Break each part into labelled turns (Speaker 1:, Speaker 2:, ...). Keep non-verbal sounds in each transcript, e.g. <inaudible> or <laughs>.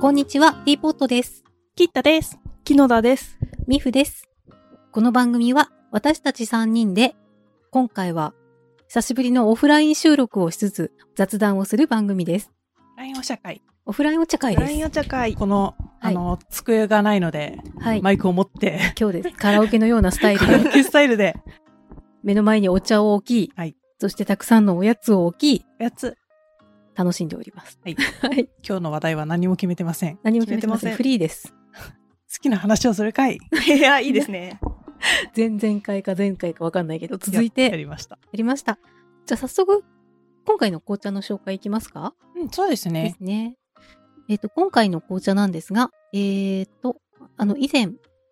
Speaker 1: こんにちは、ティーポットです。
Speaker 2: キッタです。木野田です。
Speaker 1: ミフです。この番組は私たち3人で、今回は久しぶりのオフライン収録をしつつ雑談をする番組です。
Speaker 2: ラインお茶会。
Speaker 1: オフラインお茶会
Speaker 2: ライン
Speaker 1: で
Speaker 2: お茶会。こ
Speaker 1: は
Speaker 2: の、あ
Speaker 1: い
Speaker 2: の、机がないので、
Speaker 1: す。はい。
Speaker 2: マイクを持って、
Speaker 1: 今日です。カラオケのようなスタイル
Speaker 2: カラ
Speaker 1: で、
Speaker 2: オ <laughs> ケスタイルで、
Speaker 1: 目の前にお茶を置き、
Speaker 2: はい
Speaker 1: そしてたくさんのおやつを置き、
Speaker 2: おやつ。
Speaker 1: 楽しんでおります。
Speaker 2: はい
Speaker 1: <laughs> はい。
Speaker 2: 今日の話題は何も決めてません。好
Speaker 1: 何も決めてません。
Speaker 3: 決めてません
Speaker 1: フリーです。
Speaker 2: きな話をする回。
Speaker 3: いや、いいですね。
Speaker 1: 前々回か前回かわかんないけど、続い
Speaker 2: やや
Speaker 1: て
Speaker 2: りました。
Speaker 1: やりました。じゃあ早速、今回の紅茶の紹介いきますか
Speaker 2: うん、そうです
Speaker 1: で
Speaker 2: ね
Speaker 1: す。ね。えっ、と、今回の紅茶なんですが、えっ、と、あの、以前、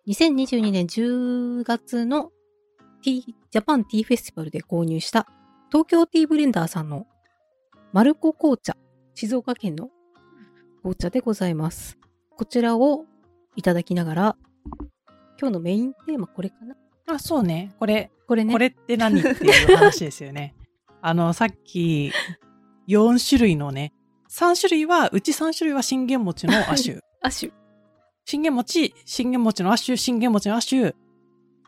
Speaker 1: 2022年10月のティージャパンティーフェスティバルで購入した、東京ティーブレンダーさんのマルコ紅茶、静岡県の紅茶でございます。こちらをいただきながら、今日のメインテーマこれかな
Speaker 2: あ、そうね。これ、
Speaker 1: これね。
Speaker 2: これって何っていう話ですよね。あの、さっき、4種類のね、3種類は、うち3種類は信玄餅の亜種。
Speaker 1: アッシュ。
Speaker 2: 信玄餅、信玄餅の亜種、信玄餅の亜種。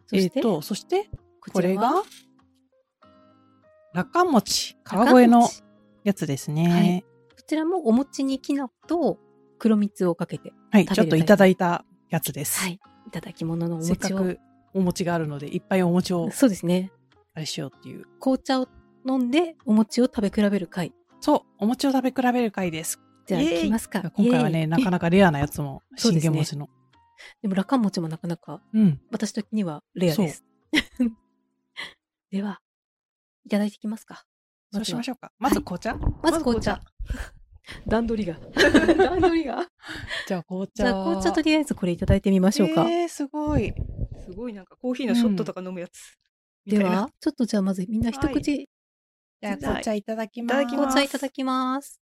Speaker 1: そ
Speaker 2: え
Speaker 1: し、
Speaker 2: ってと、そして、こ
Speaker 1: ちら
Speaker 2: れ
Speaker 1: は、
Speaker 2: が、らか餅、川越の
Speaker 1: こ
Speaker 2: やつです
Speaker 1: はい
Speaker 2: ね。
Speaker 1: ちらもお餅にきな粉と黒蜜をかけて、
Speaker 2: はい、
Speaker 1: 食べ
Speaker 2: ちょ
Speaker 1: る
Speaker 2: っといただいたやつです。
Speaker 1: はい、いただき物のお
Speaker 2: せっか
Speaker 1: 餅を
Speaker 2: くお餅があるので、いっぱいお餅を
Speaker 1: そうですね。
Speaker 2: あれしようっていう。
Speaker 1: 紅茶を飲んでお餅を食べ比べる会。
Speaker 2: そう、お餅を食べ比べる回です。
Speaker 1: じゃあ
Speaker 3: イエーイ
Speaker 1: 行きますか。
Speaker 2: 今
Speaker 1: イ
Speaker 2: 回は
Speaker 1: エー
Speaker 2: ね、
Speaker 1: イ
Speaker 2: なかなかレアなやつも、
Speaker 1: そう
Speaker 2: 信
Speaker 1: ですね
Speaker 2: 玄餅の。
Speaker 1: でも、ラカン餅もなかなか
Speaker 2: うん。
Speaker 1: 私的にはレアです。 <laughs> では、いただいていきますか。
Speaker 2: そうしまし
Speaker 1: ょ
Speaker 2: ょうか。まず紅茶、
Speaker 1: う。まず紅茶。段取り <laughs> が。段取りが。
Speaker 2: じゃあ紅
Speaker 1: じ
Speaker 2: 茶。
Speaker 1: ゃあ紅茶とりあえずこれいただいてみましょうか。
Speaker 2: えー、すごい。
Speaker 3: すごいなんかコーヒーのショットとか飲むやつ。み
Speaker 1: で
Speaker 3: たいな
Speaker 1: は、ちょっとじゃあまずみんな一
Speaker 3: はい
Speaker 1: 口、
Speaker 2: じゃあ紅茶いただきます。
Speaker 3: いただきま
Speaker 1: 紅
Speaker 3: す
Speaker 1: 茶いただきます。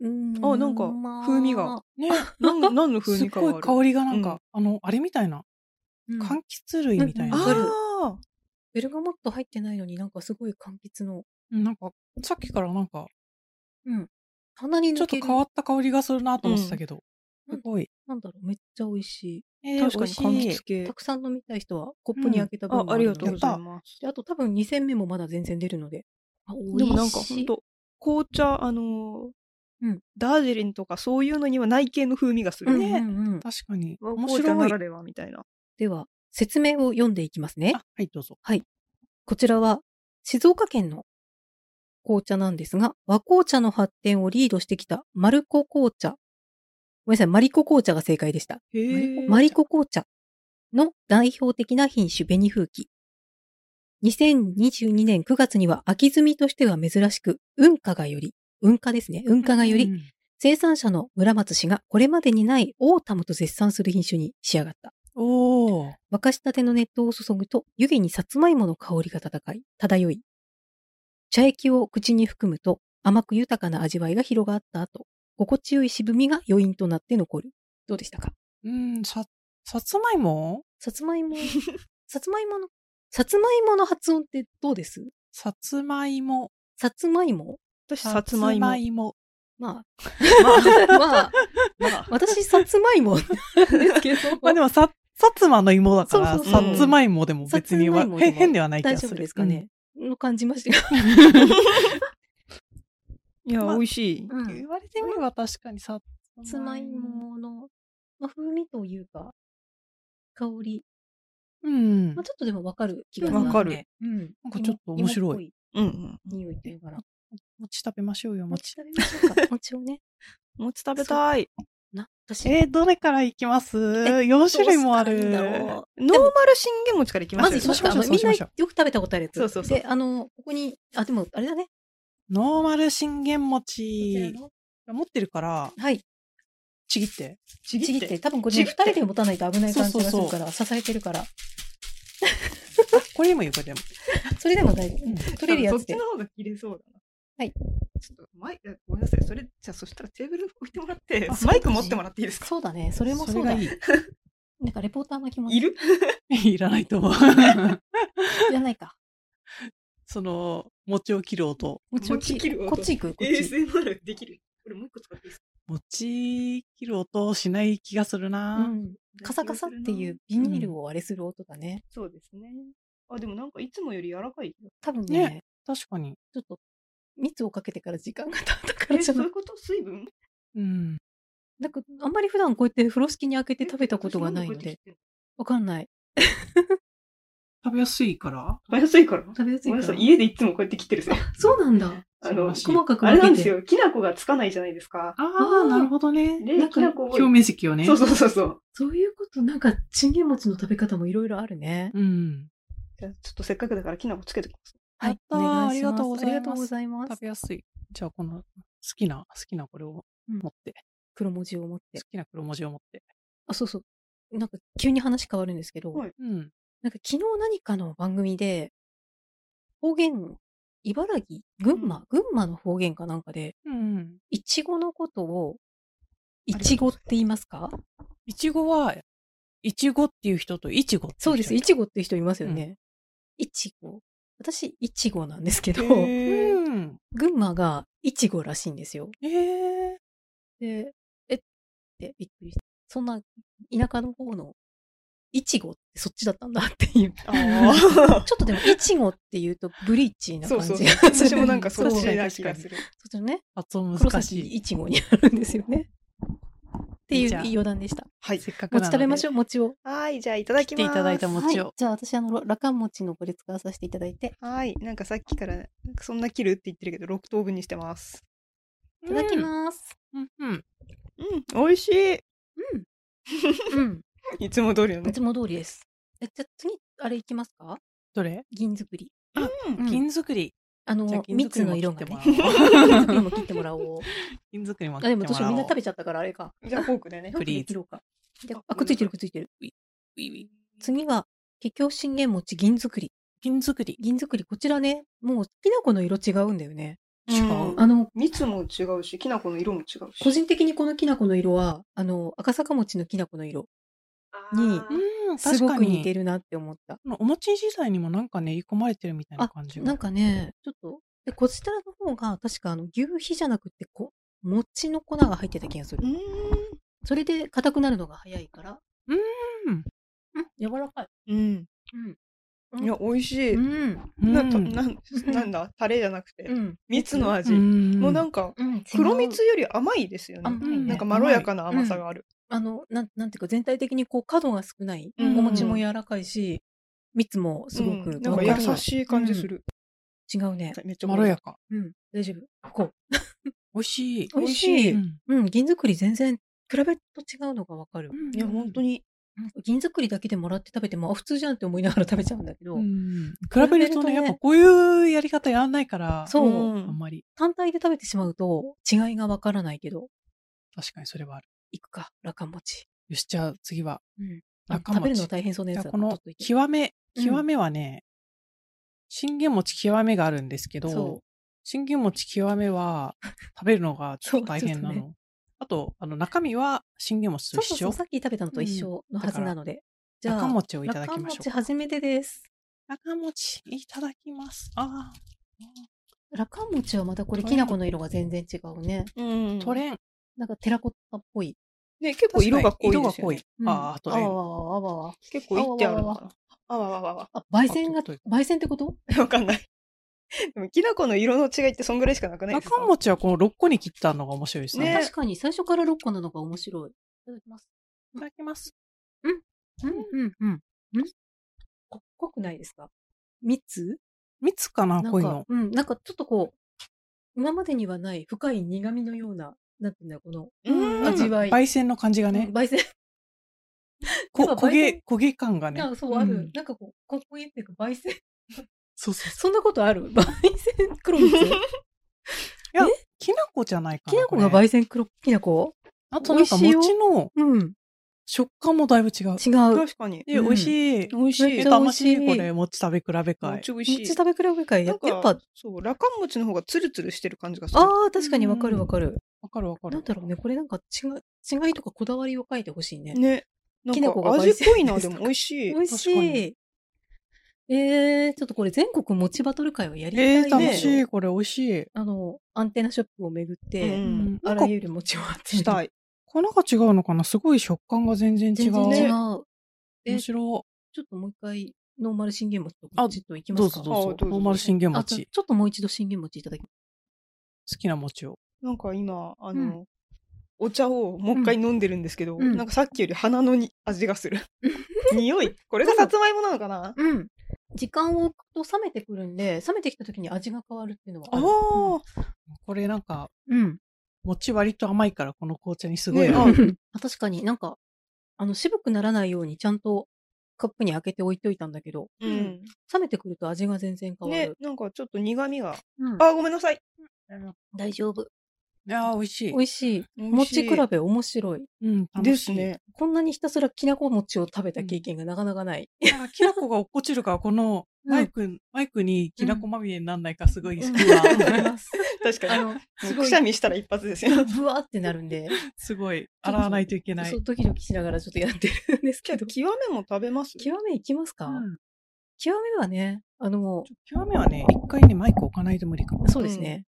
Speaker 1: うーん
Speaker 3: あなんか
Speaker 1: まあ
Speaker 3: 風味が
Speaker 2: ね、
Speaker 3: なん何の風
Speaker 2: す
Speaker 3: 味かがあ
Speaker 2: ごい
Speaker 3: る。
Speaker 2: 香りがなん
Speaker 3: う
Speaker 2: か
Speaker 3: ん、
Speaker 2: あの、あれみたいな。
Speaker 1: うん
Speaker 2: 柑橘類みたいな。
Speaker 1: うんうん
Speaker 3: あ
Speaker 1: ベルガモット入ってないのになんかすごい柑橘の。
Speaker 2: うんなんか、さっきからなんか、
Speaker 1: うん。鼻に
Speaker 2: ち
Speaker 1: 抜
Speaker 2: ょっと
Speaker 1: ける。
Speaker 2: 変わった香りがするなと思ってたけど、
Speaker 1: うん
Speaker 2: すごい。
Speaker 1: なんだろう、めっちゃ美味し
Speaker 2: え
Speaker 3: あ。確かに柑橘
Speaker 1: い。
Speaker 3: 系
Speaker 1: た。くさん飲みたい人はコップに開けた分
Speaker 3: あ、
Speaker 1: も
Speaker 3: あ
Speaker 1: る
Speaker 3: り
Speaker 1: の
Speaker 3: が
Speaker 1: で
Speaker 3: とうございます。
Speaker 1: であと多分2戦目もまだ全然出るので。あ、
Speaker 3: でもなんか
Speaker 1: 美味し
Speaker 3: ほ
Speaker 1: い
Speaker 3: んと、紅茶、あのー
Speaker 1: うん
Speaker 3: ダージリンとかそういうのにはない系の風味がする
Speaker 1: うん
Speaker 3: ね。
Speaker 1: うんうん
Speaker 2: 確かに。
Speaker 3: わ
Speaker 2: 面
Speaker 3: 紅茶
Speaker 2: 白。
Speaker 3: ないら
Speaker 2: あ
Speaker 3: ではみたいな。
Speaker 1: では、説明を読んでいきますね。
Speaker 2: はい、どうぞ。
Speaker 1: こちらは静岡県の紅茶なんですが、和紅茶の発展をリードしてきたマルコ紅茶。ごめんなさい、マリコ紅茶が正解でした。
Speaker 3: へー
Speaker 1: マリコ紅茶の代表的な品種紅風紀。2022年9月には秋摘みとしては珍しく、運花がより、運花ですね、運花がよ
Speaker 2: う
Speaker 1: り、
Speaker 2: ん
Speaker 1: 生産者の村松氏がこれまでにないオータムと絶賛する品種に仕上がった。
Speaker 2: おー。
Speaker 1: 沸かしたての熱湯を注ぐと、湯気にさつまいもの香りが戦い、漂い。茶液を口に含むと、甘く豊かな味わいが広がった後、心地よい渋みが余韻となって残る。どうで
Speaker 2: <laughs>
Speaker 1: したか
Speaker 2: うん、さ、さつまいも
Speaker 1: さつまいも、さつまいもの、さつまいもの発音ってどうです
Speaker 2: さつまいも。
Speaker 1: さつまいも
Speaker 3: 私、さつまいも。
Speaker 2: さも
Speaker 1: ま
Speaker 3: まあ
Speaker 1: あ、まあ、
Speaker 3: まあ
Speaker 1: 私、さつまいもなんですけど、
Speaker 2: まあでも、さ、さつまの芋だから、
Speaker 1: そう
Speaker 3: そうそう
Speaker 2: さつまいもでも別には
Speaker 1: さつまいもで
Speaker 2: へ
Speaker 1: も
Speaker 2: 変ではない気
Speaker 1: 大
Speaker 2: がす
Speaker 1: 丈
Speaker 2: る。
Speaker 1: 夫ですかね、の感じましたよ。
Speaker 3: いや、
Speaker 2: まあ
Speaker 3: 美味しい。
Speaker 2: うん。言われてみれば確かにさ
Speaker 1: さつまい。もの、まあ、風味というか、香り。
Speaker 2: うん。
Speaker 1: まあ、ちょっとでもわかる気がする。
Speaker 3: わかる。
Speaker 1: うん。
Speaker 2: なんかちょっと面白い
Speaker 1: 芋っぽ
Speaker 3: うんうん。
Speaker 1: 匂いというかな。
Speaker 2: 餅食べましょうよ、
Speaker 1: 餅
Speaker 2: 餅。
Speaker 1: 食べましょうか。餅をね。
Speaker 3: 餅食べたい。
Speaker 1: な、私、
Speaker 2: えー、どれからいきます四種類もあ
Speaker 1: どうしたらいいん
Speaker 2: る
Speaker 1: だ。ろう
Speaker 3: ノーマル信玄餅からいきまし
Speaker 1: ま
Speaker 3: ょう
Speaker 1: ず
Speaker 3: よ
Speaker 1: しましょう。あ
Speaker 2: そう
Speaker 1: の
Speaker 2: し
Speaker 1: みん
Speaker 2: ましょうそう
Speaker 1: な
Speaker 2: し
Speaker 1: よ
Speaker 2: ま
Speaker 1: く食べたことあるやつ。
Speaker 3: そうそうそう
Speaker 1: で、あの、ここに、あ、でも、あれだね。こ
Speaker 2: ノーマル信玄
Speaker 1: ちら
Speaker 2: 餅。
Speaker 1: の
Speaker 2: 持ってるから、
Speaker 1: はい。
Speaker 2: ちぎって。
Speaker 3: ち
Speaker 1: ちぎって、多分これ、
Speaker 3: ち
Speaker 1: ね、
Speaker 3: ぎっ
Speaker 1: 二
Speaker 3: て
Speaker 1: 人で持たないと危ない感じがす
Speaker 2: そう
Speaker 1: る
Speaker 2: そ
Speaker 1: か
Speaker 2: う
Speaker 1: ら、支えてるから。
Speaker 2: これでもいいよ、これでも。
Speaker 1: それでも大丈
Speaker 2: うん
Speaker 1: 夫。取れるやつで
Speaker 3: そっち。の方が切れそうだな。
Speaker 1: はい。
Speaker 3: ちょっとマイク、ごめんなさい。それ、じゃあそしたらテーブル置いてもらって
Speaker 1: あそうだね
Speaker 3: マイク持ってもらっていいですか
Speaker 1: そうだね。それもそう
Speaker 2: が
Speaker 1: だ。
Speaker 2: い
Speaker 1: なんかレポーターの気持ち。
Speaker 3: いる
Speaker 2: い。いらないと思う。
Speaker 1: いらないか。
Speaker 2: <laughs> その、餅を切る音。
Speaker 1: こっち
Speaker 3: こっち切る
Speaker 1: こっち行く。こっち行く
Speaker 3: ?ASMR できるこれもう一個使っていいです
Speaker 2: 持ちきる音をしない気がする
Speaker 1: う
Speaker 2: な、
Speaker 1: ん。カサカサっていうビニールをあれする音だね。
Speaker 3: そうですね。あ、でもなんかいつもより柔らかい気が
Speaker 1: 多分ね
Speaker 2: ね確かに。
Speaker 1: ちょっと蜜をかけてから時間が経った
Speaker 3: す
Speaker 1: か
Speaker 3: る。
Speaker 1: ら
Speaker 3: え、
Speaker 1: じゃ
Speaker 3: そう
Speaker 1: ない
Speaker 3: いうこと水分
Speaker 2: うん。
Speaker 1: なんかあんまり普段こうやって風呂敷に開けて食べたことがないの
Speaker 3: え
Speaker 1: で、。わかんない。
Speaker 2: 食べやすいから
Speaker 3: 食べやすいから。
Speaker 1: 食べやすい
Speaker 3: ごめん
Speaker 1: から
Speaker 3: なさい、。家でいつもこうやって切って
Speaker 1: <laughs>
Speaker 3: るさ。
Speaker 1: そうなんだ。
Speaker 3: あの、
Speaker 2: 素晴らしい
Speaker 1: 細かく
Speaker 3: あれなん
Speaker 1: 分
Speaker 3: で
Speaker 1: けて。
Speaker 3: すよ。きな粉がつかないじゃないですか。
Speaker 2: あ
Speaker 1: あー
Speaker 2: あ、なるほどね。
Speaker 3: で、
Speaker 1: なんか
Speaker 3: きな粉を。
Speaker 2: 表面積をね。
Speaker 3: そうそうそうそう。
Speaker 1: そういうこと、なんか、チンゲン餅の食べ方もいろいろあるね。
Speaker 2: うん。
Speaker 3: じゃあちょっとせっかくだからきな粉つけてきます。
Speaker 1: は
Speaker 2: やっ
Speaker 1: い。
Speaker 2: たー
Speaker 1: お願し
Speaker 2: ありがとうご
Speaker 1: あ
Speaker 2: ざいます
Speaker 1: りがとうございま
Speaker 2: 食
Speaker 1: す。
Speaker 2: べやすい。じゃあ、この好きな、好きなこれを持って、
Speaker 1: 黒文字を持って
Speaker 2: 好。きな黒文字を持って。
Speaker 1: あ、そうそう。なんか、急に話変わるんですけど、
Speaker 3: はい
Speaker 2: うん。
Speaker 1: なんか昨日何かの番組で、方言、茨城、群馬、群馬の方言かなんかで、
Speaker 2: うん。
Speaker 1: いちごのことを、い
Speaker 3: りがとうご
Speaker 1: ち
Speaker 3: ざいます
Speaker 1: ごって言いますか
Speaker 2: いちごは、いちごっていう人といちごっていう人。
Speaker 1: そうです。いちごって人いますよね。いちご。私、いちごなんですけど、群
Speaker 2: うん。
Speaker 1: 馬がいちごらしいんですよ。
Speaker 2: えー、
Speaker 1: で、えってびっくりした。そんな田舎の方のいちごってそっちだったんだっていう。ちょっとでもい <laughs> ちごって言うとブリーチな
Speaker 3: そ
Speaker 1: 感
Speaker 3: う
Speaker 1: じ
Speaker 3: そ
Speaker 1: が
Speaker 3: う
Speaker 1: す
Speaker 3: そう。
Speaker 1: る。
Speaker 3: 私もなんかそっ
Speaker 1: そう
Speaker 3: ち
Speaker 1: そ
Speaker 3: な気がする。
Speaker 1: っちのね、
Speaker 2: 発音
Speaker 1: 黒
Speaker 2: 難し
Speaker 1: 崎
Speaker 2: い。
Speaker 1: いちごにあるんですよね。っていう
Speaker 2: じゃあ
Speaker 1: 余談でした。
Speaker 3: はい。
Speaker 2: せっかくな
Speaker 1: 餅
Speaker 2: ので
Speaker 1: 食べましょう、餅を。
Speaker 3: はい、じゃあいただきます。
Speaker 2: 切っていただいたもの餅を
Speaker 1: はい。じゃあ私、あの、ら羅漢餅のこれ使わさせていただいて。
Speaker 3: はい、なんかさっきから、なんかそんな切るって言ってるけど、6等分にしてます。
Speaker 1: いただきます。
Speaker 2: うん。うん。
Speaker 3: うん、美味しい。 <laughs>
Speaker 1: うん。
Speaker 3: いつも通りの
Speaker 1: い。つも通りです。えじゃあ次、あれいきますか
Speaker 2: どれ
Speaker 1: 銀作り。
Speaker 3: うん
Speaker 1: うん
Speaker 2: 金作り。
Speaker 1: あ
Speaker 2: じゃ
Speaker 1: の
Speaker 2: あ、金
Speaker 1: 蜜
Speaker 2: 作り
Speaker 1: の
Speaker 2: も切
Speaker 1: 色
Speaker 2: っ
Speaker 1: が
Speaker 2: て
Speaker 1: ね
Speaker 2: も。らおう
Speaker 1: 金作りも切ってもらおう。あ、
Speaker 2: <laughs> 金作りも <laughs> 切
Speaker 1: で
Speaker 2: って
Speaker 1: も
Speaker 2: も
Speaker 1: どうしよ
Speaker 2: ら
Speaker 1: う。
Speaker 2: おう。
Speaker 1: みんな食べちゃったからあれか。
Speaker 3: じゃあフォークでね
Speaker 1: フ。
Speaker 2: フリーズ
Speaker 1: 切ろうか。で
Speaker 3: あ
Speaker 1: あ、くっついてるくっついてる。
Speaker 2: び
Speaker 1: 次は、桔梗信玄餅銀作り。
Speaker 2: 金作り。
Speaker 1: 銀作り、こちらね、もう、きな粉の色違うんだよね。
Speaker 2: 違
Speaker 3: う
Speaker 2: う。
Speaker 3: ん
Speaker 1: あの、
Speaker 3: 蜜も違うし、きな粉の色も違うし。
Speaker 1: 個人的にこのきな粉の色は、あの、赤坂餅のきな粉の色、に
Speaker 3: あー
Speaker 2: うん、
Speaker 1: す
Speaker 2: 確
Speaker 1: ご
Speaker 2: か
Speaker 1: く似
Speaker 2: に。
Speaker 1: てるなって思った。
Speaker 2: このお餅自体にもなんか練り込まれてるみたいな
Speaker 1: あ
Speaker 2: 感、じが。
Speaker 1: なんかね、ちょっと、で、こちらの方が、確か、あの、牛皮じゃなくて、こ、餅の粉が入ってた気がす
Speaker 3: う
Speaker 1: る。
Speaker 3: ーん。
Speaker 1: それで、硬くなるのが早いから。
Speaker 2: うん。
Speaker 1: 柔らかい。
Speaker 3: うん。いや、美味しい。
Speaker 1: うん。
Speaker 2: うん
Speaker 3: なたなんなんだタレじゃなくて、
Speaker 1: うん。
Speaker 3: 蜜の味、
Speaker 2: うん
Speaker 3: もうなんか
Speaker 1: うん。
Speaker 3: 黒
Speaker 1: 違う
Speaker 3: 蜜より甘いですよね、
Speaker 1: 甘いね
Speaker 3: なんかまろやかな甘さがある、
Speaker 1: あの、なん、なんていうか、全体的にこう、角が少ない。
Speaker 3: う
Speaker 1: お
Speaker 3: ん
Speaker 1: 餅も柔らかいし、蜜もすご
Speaker 3: う
Speaker 1: く
Speaker 3: んなんか
Speaker 1: わかる
Speaker 3: 優しい感じする、
Speaker 1: 違うね。
Speaker 3: めっちゃ
Speaker 2: まろやか。
Speaker 1: うん。大丈夫。こ
Speaker 2: 美味しい。
Speaker 1: う。美味しい。
Speaker 2: うん
Speaker 1: うん。銀作り全然、比べると違うのがわかる。
Speaker 3: いや本当に
Speaker 1: 銀作りだけでもらって食べても、あ、普通じゃんって思いながら食べちゃうんだけど、
Speaker 2: うん
Speaker 1: 比
Speaker 2: 比
Speaker 1: べ
Speaker 2: べ
Speaker 1: る
Speaker 2: る
Speaker 1: と
Speaker 2: と
Speaker 1: ね
Speaker 2: ね、やっぱこういうやり方やらないから、
Speaker 1: そう
Speaker 2: あん
Speaker 3: ん
Speaker 2: まり、
Speaker 1: 単体で食べてしまうと、違いがわからないけど、
Speaker 2: 確かにそれはある。
Speaker 1: いくか、羅漢餅。
Speaker 2: よし、じゃあ次は。
Speaker 1: うん。
Speaker 2: 羅漢
Speaker 1: 食べるの
Speaker 2: 餅
Speaker 1: 大変そうな
Speaker 2: じ
Speaker 1: や
Speaker 2: ゃ
Speaker 1: つ
Speaker 2: あ
Speaker 1: だ
Speaker 2: こ
Speaker 1: 取
Speaker 2: の
Speaker 1: っといて
Speaker 2: 極め、
Speaker 1: うん
Speaker 2: 極めはね、信玄餅極めがあるんですけ
Speaker 1: そ
Speaker 2: ど、信玄餅極め
Speaker 1: <laughs>
Speaker 2: は食べるのがちょっと大変な
Speaker 1: そうちょっ
Speaker 2: の。あと、あの、中身は信玄餅
Speaker 1: そ
Speaker 2: と
Speaker 1: う
Speaker 2: 一
Speaker 1: そうそ
Speaker 2: 緒
Speaker 1: う、。さっき食べたのと一緒のはずなので。じゃ
Speaker 2: 中
Speaker 1: あ、
Speaker 2: 餅をい
Speaker 1: 羅
Speaker 2: ただ
Speaker 1: 漢
Speaker 2: きましょ
Speaker 1: 餅
Speaker 2: う。
Speaker 1: 初めてです。
Speaker 2: 中餅いただきます。ああ、
Speaker 1: 羅漢餅はまたこれ、
Speaker 2: ト
Speaker 1: き
Speaker 2: レン
Speaker 1: な粉の色が全然違うね。
Speaker 3: うん
Speaker 2: トレン。
Speaker 1: なんかテラコッタっぽい。
Speaker 3: ね結構色が濃い
Speaker 2: 色
Speaker 3: で
Speaker 2: が
Speaker 3: すよ
Speaker 2: 濃
Speaker 3: ね
Speaker 2: い。
Speaker 1: うん
Speaker 2: ああ、トレ
Speaker 1: あ
Speaker 2: ン。
Speaker 1: わわわわわ。
Speaker 3: 結構いってあるのかなあわわわ <laughs> わ
Speaker 1: あ、焙煎が
Speaker 2: あどういう、
Speaker 1: 焙煎ってこと
Speaker 3: わかんないでもきな粉の色の違いってそんぐらいしかなくないですか
Speaker 2: 中餅はこの6個に切ったのが面白いですね。
Speaker 3: ね
Speaker 1: 確かに、最初から6個なのが面白い。いただきます。
Speaker 2: いただきます。
Speaker 1: うん、うん、うん。うんこ濃くないですか蜜
Speaker 2: 蜜かな、
Speaker 1: なん
Speaker 2: 濃い
Speaker 1: か
Speaker 2: の、。
Speaker 1: うん、なんかちょっとこう、今までにはない深い苦味のような、なんていうんだろう、この、
Speaker 3: うん
Speaker 1: 味わい
Speaker 2: 焙煎の感じがね
Speaker 1: うん、焙煎
Speaker 2: こ
Speaker 1: なんか
Speaker 2: 焦
Speaker 1: 焙煎
Speaker 2: げ、焦げ感がね。
Speaker 1: が、そうある。
Speaker 2: うん
Speaker 1: なんかこう、ここいっていうか、焙煎。 <laughs>
Speaker 2: そうそうそう。
Speaker 1: そんなことある焙煎黒 <laughs> 蜜
Speaker 2: きな粉じゃないかな。
Speaker 1: きな粉が
Speaker 2: これ
Speaker 1: 焙煎黒きな粉
Speaker 2: あとなんか
Speaker 1: 美味しい
Speaker 2: 餅の
Speaker 1: うん。
Speaker 2: 食感もだいぶ違う。
Speaker 1: 違う。
Speaker 3: 確かに
Speaker 2: え、
Speaker 1: うん
Speaker 2: 美味しい。
Speaker 3: 美味し
Speaker 1: め
Speaker 2: え、
Speaker 1: っ
Speaker 3: い
Speaker 1: ちゃ美
Speaker 2: 楽
Speaker 1: 味しい
Speaker 2: しい。これ、餅食べ比べ
Speaker 3: めっ
Speaker 2: 会。
Speaker 3: ちゃ美味
Speaker 1: めっ
Speaker 3: し
Speaker 1: ちゃ
Speaker 3: い
Speaker 1: 食べ比べ会や
Speaker 3: な
Speaker 1: っ
Speaker 3: んか
Speaker 1: やっぱ、あ
Speaker 3: そう羅漢餅の方がツルツルしてる感じがする
Speaker 1: あー、確かにわかるわかる。
Speaker 2: わかるわか
Speaker 1: なん
Speaker 2: る。
Speaker 1: だろうね、これなんか違い、違いとかこだわりを書いてほしいね。
Speaker 3: ねなん
Speaker 1: きな粉
Speaker 3: か
Speaker 1: が焙
Speaker 3: 味
Speaker 1: 煎
Speaker 3: 濃いなでも美味しい
Speaker 1: 美味し
Speaker 2: 確か
Speaker 1: い
Speaker 2: に。
Speaker 1: えー、ちょっとこれ全国餅バトル会をやりたい
Speaker 2: え
Speaker 1: ね
Speaker 2: ー、楽しい。これ美味しい。
Speaker 1: あの、アンテナショップを巡って、
Speaker 3: うん
Speaker 1: あらゆる餅を集め。
Speaker 3: してたい。
Speaker 2: 粉が違うのかなすごい食感が全然違
Speaker 1: 全
Speaker 2: う。
Speaker 1: 然違う。
Speaker 3: ね
Speaker 1: え
Speaker 2: 面白
Speaker 1: ちょっともう一回、ノーマル信玄餅と
Speaker 2: あ
Speaker 1: かちょっといき
Speaker 2: い。
Speaker 1: ま
Speaker 2: どう
Speaker 1: すか
Speaker 2: ぞどうぞ
Speaker 3: あ。どうぞ
Speaker 2: ノーマル信玄
Speaker 1: あちょ
Speaker 2: 餅。
Speaker 1: ちょっともう一度信玄餅いただきま
Speaker 2: 好きな餅を。
Speaker 3: なんか今、あの、お茶をもう一回飲んでるんですけど、
Speaker 1: うん
Speaker 3: なんかさっきより鼻のに味が <laughs> する。匂いこれがさつまいもなのかな
Speaker 1: す。うん。時間を置くと冷めてくるんで、冷めてきた時に味が変わるっていうのはあ
Speaker 2: ああ
Speaker 1: る。
Speaker 2: ー、これなんか、
Speaker 1: うん。
Speaker 2: 餅割と甘いから、この紅茶にすごい
Speaker 3: ね
Speaker 2: 合う。
Speaker 1: あ確かになん <laughs> か、あの、渋くならないようにちゃんとカップに開けて置いといたんだけど、
Speaker 3: うん。
Speaker 1: 冷めてくると味が全然変わ
Speaker 3: ね
Speaker 1: る。、
Speaker 3: なんかちょっと苦味が。
Speaker 1: うん
Speaker 3: あ、ごめんなさい。
Speaker 1: 大丈夫。
Speaker 2: いやー、美味しい。
Speaker 1: 美味しい。
Speaker 3: も
Speaker 1: 餅比べ面白い。
Speaker 2: うん、楽しい
Speaker 3: です。ね。
Speaker 1: こんなにひたすらきなこ餅を食べた経験がなかなかない。
Speaker 2: いやーきな粉が落っこちるから、この
Speaker 1: うん
Speaker 2: マイク、マイクにきな粉まみれにならないか、すごい好き
Speaker 1: わかり
Speaker 2: な。
Speaker 1: ます
Speaker 3: 確か
Speaker 1: あ
Speaker 3: に。
Speaker 1: の、
Speaker 3: も
Speaker 1: す
Speaker 3: う
Speaker 1: ご
Speaker 3: く
Speaker 1: い <laughs>
Speaker 3: し、ゃみしたら一発ですよ。
Speaker 1: ぶわーってなるんで、
Speaker 2: <laughs> すごい、洗わないといけない
Speaker 1: そう、。ドキドキしながらちょっとやってるんです
Speaker 3: じ
Speaker 1: け
Speaker 3: ゃあ、
Speaker 1: ど。
Speaker 3: 極めも食べます
Speaker 1: 極めいきますか、
Speaker 2: うん
Speaker 1: 極めはね、あのも
Speaker 2: ちょ極めはね、一回にマイク置かないと無理かも
Speaker 1: う、。そうですね。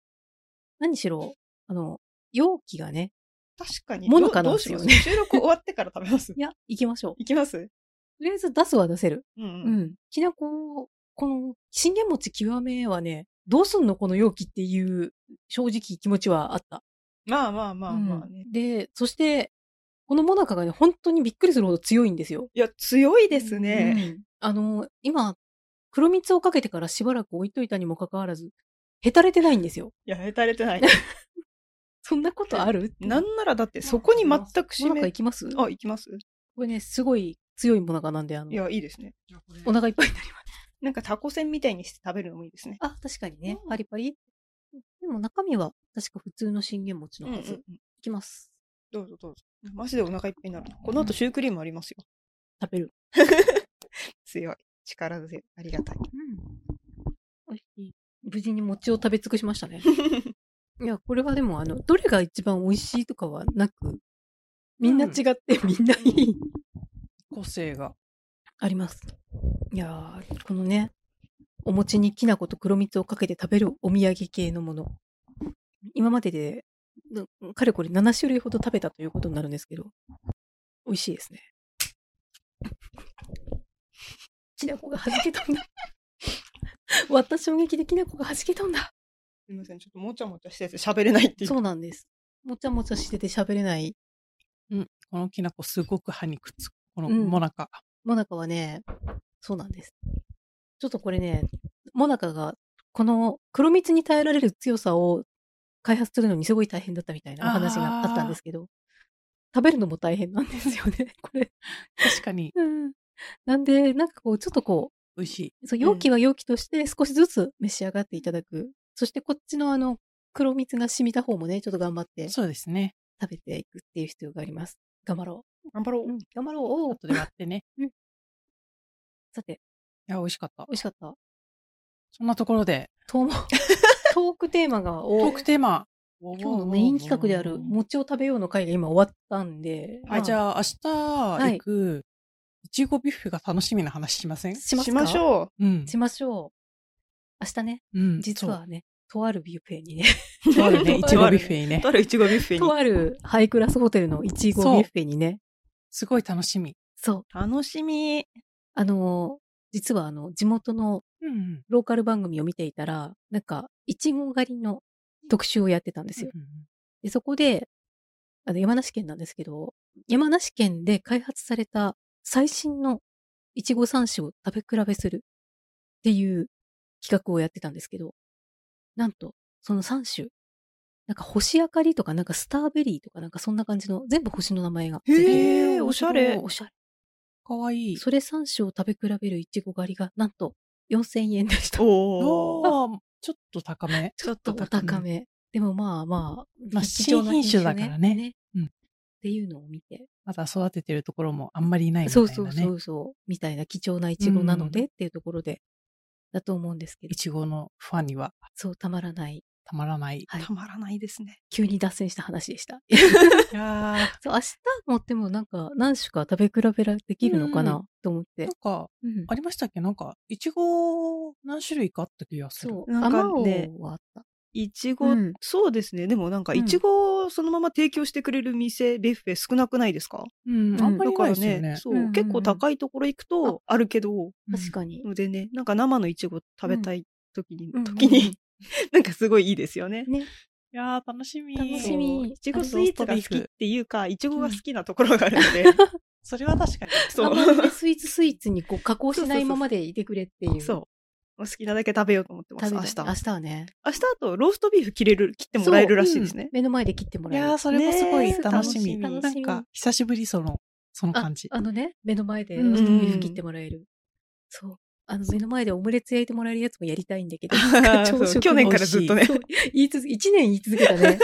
Speaker 1: 何しろ、あの、容器がね、
Speaker 3: 確かに。
Speaker 1: ものかな
Speaker 3: ど
Speaker 1: ん
Speaker 3: う
Speaker 1: です
Speaker 3: し
Speaker 1: よ
Speaker 3: ま
Speaker 1: ね
Speaker 3: す収録終わってから食べます
Speaker 1: いや、行きましょう。
Speaker 3: いきます
Speaker 1: とりあえず出すは出せる。
Speaker 3: うんう。
Speaker 1: うんん。きなこを、この、信玄餅極めはね、どうすんのこの容器っていう、正直気持ちはあった。
Speaker 3: まあまあまあまあ
Speaker 1: う
Speaker 3: ね。
Speaker 1: んで、そして、このもなかがね、本当にびっくりするほど強いんですよ。
Speaker 3: いや、強いですね。
Speaker 1: うんあの、今、黒蜜をかけてからしばらく置いといたにもかかわらず、へたれてないんですよ。
Speaker 3: いや、へたれ
Speaker 1: <laughs>
Speaker 3: てない。
Speaker 1: そんなことある
Speaker 3: なんならだって、そこに全く
Speaker 1: も
Speaker 3: 締
Speaker 1: なか
Speaker 3: め
Speaker 1: い。きます
Speaker 3: あ、いきます
Speaker 1: これね、すごい強いもなかなんで、あの
Speaker 3: い、や、いいですね。
Speaker 1: お腹いっぱいになります。
Speaker 3: なんかタコせんみたいにして食べるのもいいですね。
Speaker 1: あ、確かにね。パリパリ。でも中身は、確か普通の信玄餅
Speaker 3: う
Speaker 1: の
Speaker 3: んうん
Speaker 1: は
Speaker 3: う
Speaker 1: ず。
Speaker 3: ん
Speaker 1: い。きます。
Speaker 3: どうぞどうぞ。マジでお腹いっぱいになるな。この後シュークリームありますよ。
Speaker 1: 食べる。
Speaker 3: 強い。力強い。ありがたい。
Speaker 1: 美味しい。無事に餅を食べ尽くしましたね。 <laughs> いや、これはでも、あの、どれが一番美味しいとかはなく、みんな違って、みんないい。
Speaker 2: 個性が。
Speaker 1: あります。いやー、このね、お餅にきな粉と黒蜜をかけて食べるお土産系のもの。今までで、なかれこれ7種類ほど食べたということになるんですけど、美味しいですね。きな粉が弾けたんだ。割った衝撃できな粉が弾けたんだ。
Speaker 3: すみません。ちょっともちゃもちゃしてて喋れないっていう。
Speaker 1: そうなんです。もちゃもちゃしてて喋れない
Speaker 2: うん。このきな粉、すごく歯にくっつく。この
Speaker 1: うん
Speaker 2: もなか。
Speaker 1: モナカはね、そうなんです。ちょっとこれね、モナカが、この黒蜜に耐えられる強さを開発するのにすごい大変だったみたいなお話があったんですけど、食べるのも大変なんですよね、 <laughs> これ。
Speaker 2: 確かに、
Speaker 1: うん。なんで、なんかこう、ちょっとこ
Speaker 2: 美味しい。
Speaker 1: う、そう容器は容器として少しずつ召し上がっていただく。そしてこっちのあの、黒蜜が染みた方もね、ちょっと頑張って
Speaker 2: そうですね。
Speaker 1: 食べていくっていう必要があります。頑張ろ
Speaker 3: 頑張ろ
Speaker 1: う。
Speaker 3: う。
Speaker 1: 頑張ろう。
Speaker 2: 後で割ってね。
Speaker 1: さて、
Speaker 2: いや、美味しかった
Speaker 1: 美。味しかった。
Speaker 2: そんなところで、
Speaker 1: トー <laughs> マトークテーマが
Speaker 2: ト
Speaker 1: 多
Speaker 2: ークテーマ。今
Speaker 1: 今日のメイン企画である餅を食べようの会が今終わったんで、
Speaker 2: はい、じ
Speaker 1: あ
Speaker 2: ゃあ、明日行く、いちごビュッフェが楽しみな話しません
Speaker 1: しますか
Speaker 3: しましょ
Speaker 2: うん
Speaker 1: しましょう。明日ね、
Speaker 2: うん。
Speaker 1: 実はね、とあるビュッフェにね、
Speaker 2: そ
Speaker 3: う。
Speaker 2: う、そう
Speaker 1: <laughs>
Speaker 2: だ <laughs> ね、いちごビュッフ
Speaker 3: ェ。
Speaker 2: ェにね
Speaker 3: と。あるいちごビュッフェ
Speaker 1: と
Speaker 3: に。
Speaker 1: あるハイクラスホテルのいちごビュッフェにね、
Speaker 2: すごい楽しみ。
Speaker 1: そう、
Speaker 3: 楽しみ。
Speaker 1: あのー、実はあの、地元の
Speaker 2: うんうん。
Speaker 1: ローカル番組を見ていたら、なんか、いちご狩りの特集をやってたんですよ。で、そこで、あの、山梨県なんですけど、山梨県で開発された最新のいちご産種を食べ比べするっていう企画をやってたんですけど、なんと、その3種、なんか星あかりとかなんかスターベリーとかなんかそんな感じの、全部星の名前が。
Speaker 3: へえおしゃれ。
Speaker 1: おしゃれ。
Speaker 2: かわいい。
Speaker 1: それ3種を食べ比べるいちご狩りが、なんと4000円でした。
Speaker 3: おー。
Speaker 2: おー <laughs> ちょっと高め。
Speaker 1: ちょっとお高め。でもまあまあ、
Speaker 2: まあ
Speaker 1: 貴重な
Speaker 2: 新品種だからねうん
Speaker 1: っていうのを見て、
Speaker 2: まだ育ててるところもあんまりいないみたい
Speaker 1: そ
Speaker 2: な
Speaker 1: うそ
Speaker 2: ね。
Speaker 1: うそうそう、みたいな貴重なイチゴなのでっていうところで、だと思うんですけど
Speaker 2: い、ちごのファンには。
Speaker 1: そう、たまらない
Speaker 2: たまら <laughs> ない。
Speaker 1: はい
Speaker 3: たまらないですね。
Speaker 1: 急に脱線した話でした。
Speaker 2: いや
Speaker 1: そう、明日もでもなんか何種か食べ比べらできるのかなと思っ
Speaker 2: ー
Speaker 1: て
Speaker 2: なん。か、
Speaker 1: うん
Speaker 2: ありましたっけなんか、いちご何種類かあった気がする。
Speaker 1: そう、
Speaker 3: なんか
Speaker 1: 甘お
Speaker 3: ね
Speaker 1: うはあった。
Speaker 3: いちご、
Speaker 1: うん
Speaker 3: そうですね。でもなんか、
Speaker 1: うん
Speaker 3: いちごをそのまま提供してくれる店、ビュッフェ少なくないですか
Speaker 2: うん、あんまりないですよね。
Speaker 3: そう、
Speaker 1: うんうんうん
Speaker 3: 結構高いところ行くとあるけど、
Speaker 1: 確かに。
Speaker 3: のでね、なんか生のいちご食べたい時に、
Speaker 1: うん
Speaker 3: 時に、 <laughs> なんかすごいいいですよね。
Speaker 1: ね。
Speaker 2: いやー、楽しみ。
Speaker 1: 楽し
Speaker 3: そう
Speaker 1: み
Speaker 3: いちごスイーツが好きっていうか、いちごが好きなところがあるので、
Speaker 2: <laughs> それは確かに。
Speaker 1: あ
Speaker 3: そ
Speaker 1: んまりね
Speaker 3: う。
Speaker 1: スイーツスイーツにこう加工しないままでいてくれっていう。
Speaker 3: そう。お好きなだけ食べようと思ってます、
Speaker 1: 食
Speaker 3: 明
Speaker 1: べ
Speaker 3: 日
Speaker 1: た。明日はね。
Speaker 3: 明日あと、ローストビーフ切れる、切ってもらえるらしいですね。
Speaker 1: 目の前で切っても
Speaker 2: い
Speaker 1: らえる。
Speaker 2: やー、それもすごい楽しみ。
Speaker 3: ねー。
Speaker 2: なんか、久しぶり、その、その
Speaker 1: あ
Speaker 2: 感じ。
Speaker 1: あのね、目の前で
Speaker 2: うん
Speaker 1: ローストビーフ切ってもらえる。そう。あの、目の前でオムレツ焼いてもらえるやつもやりたいんだけど朝食
Speaker 3: そう去年からずっとね
Speaker 1: そう言い続け、1年言い続けたね。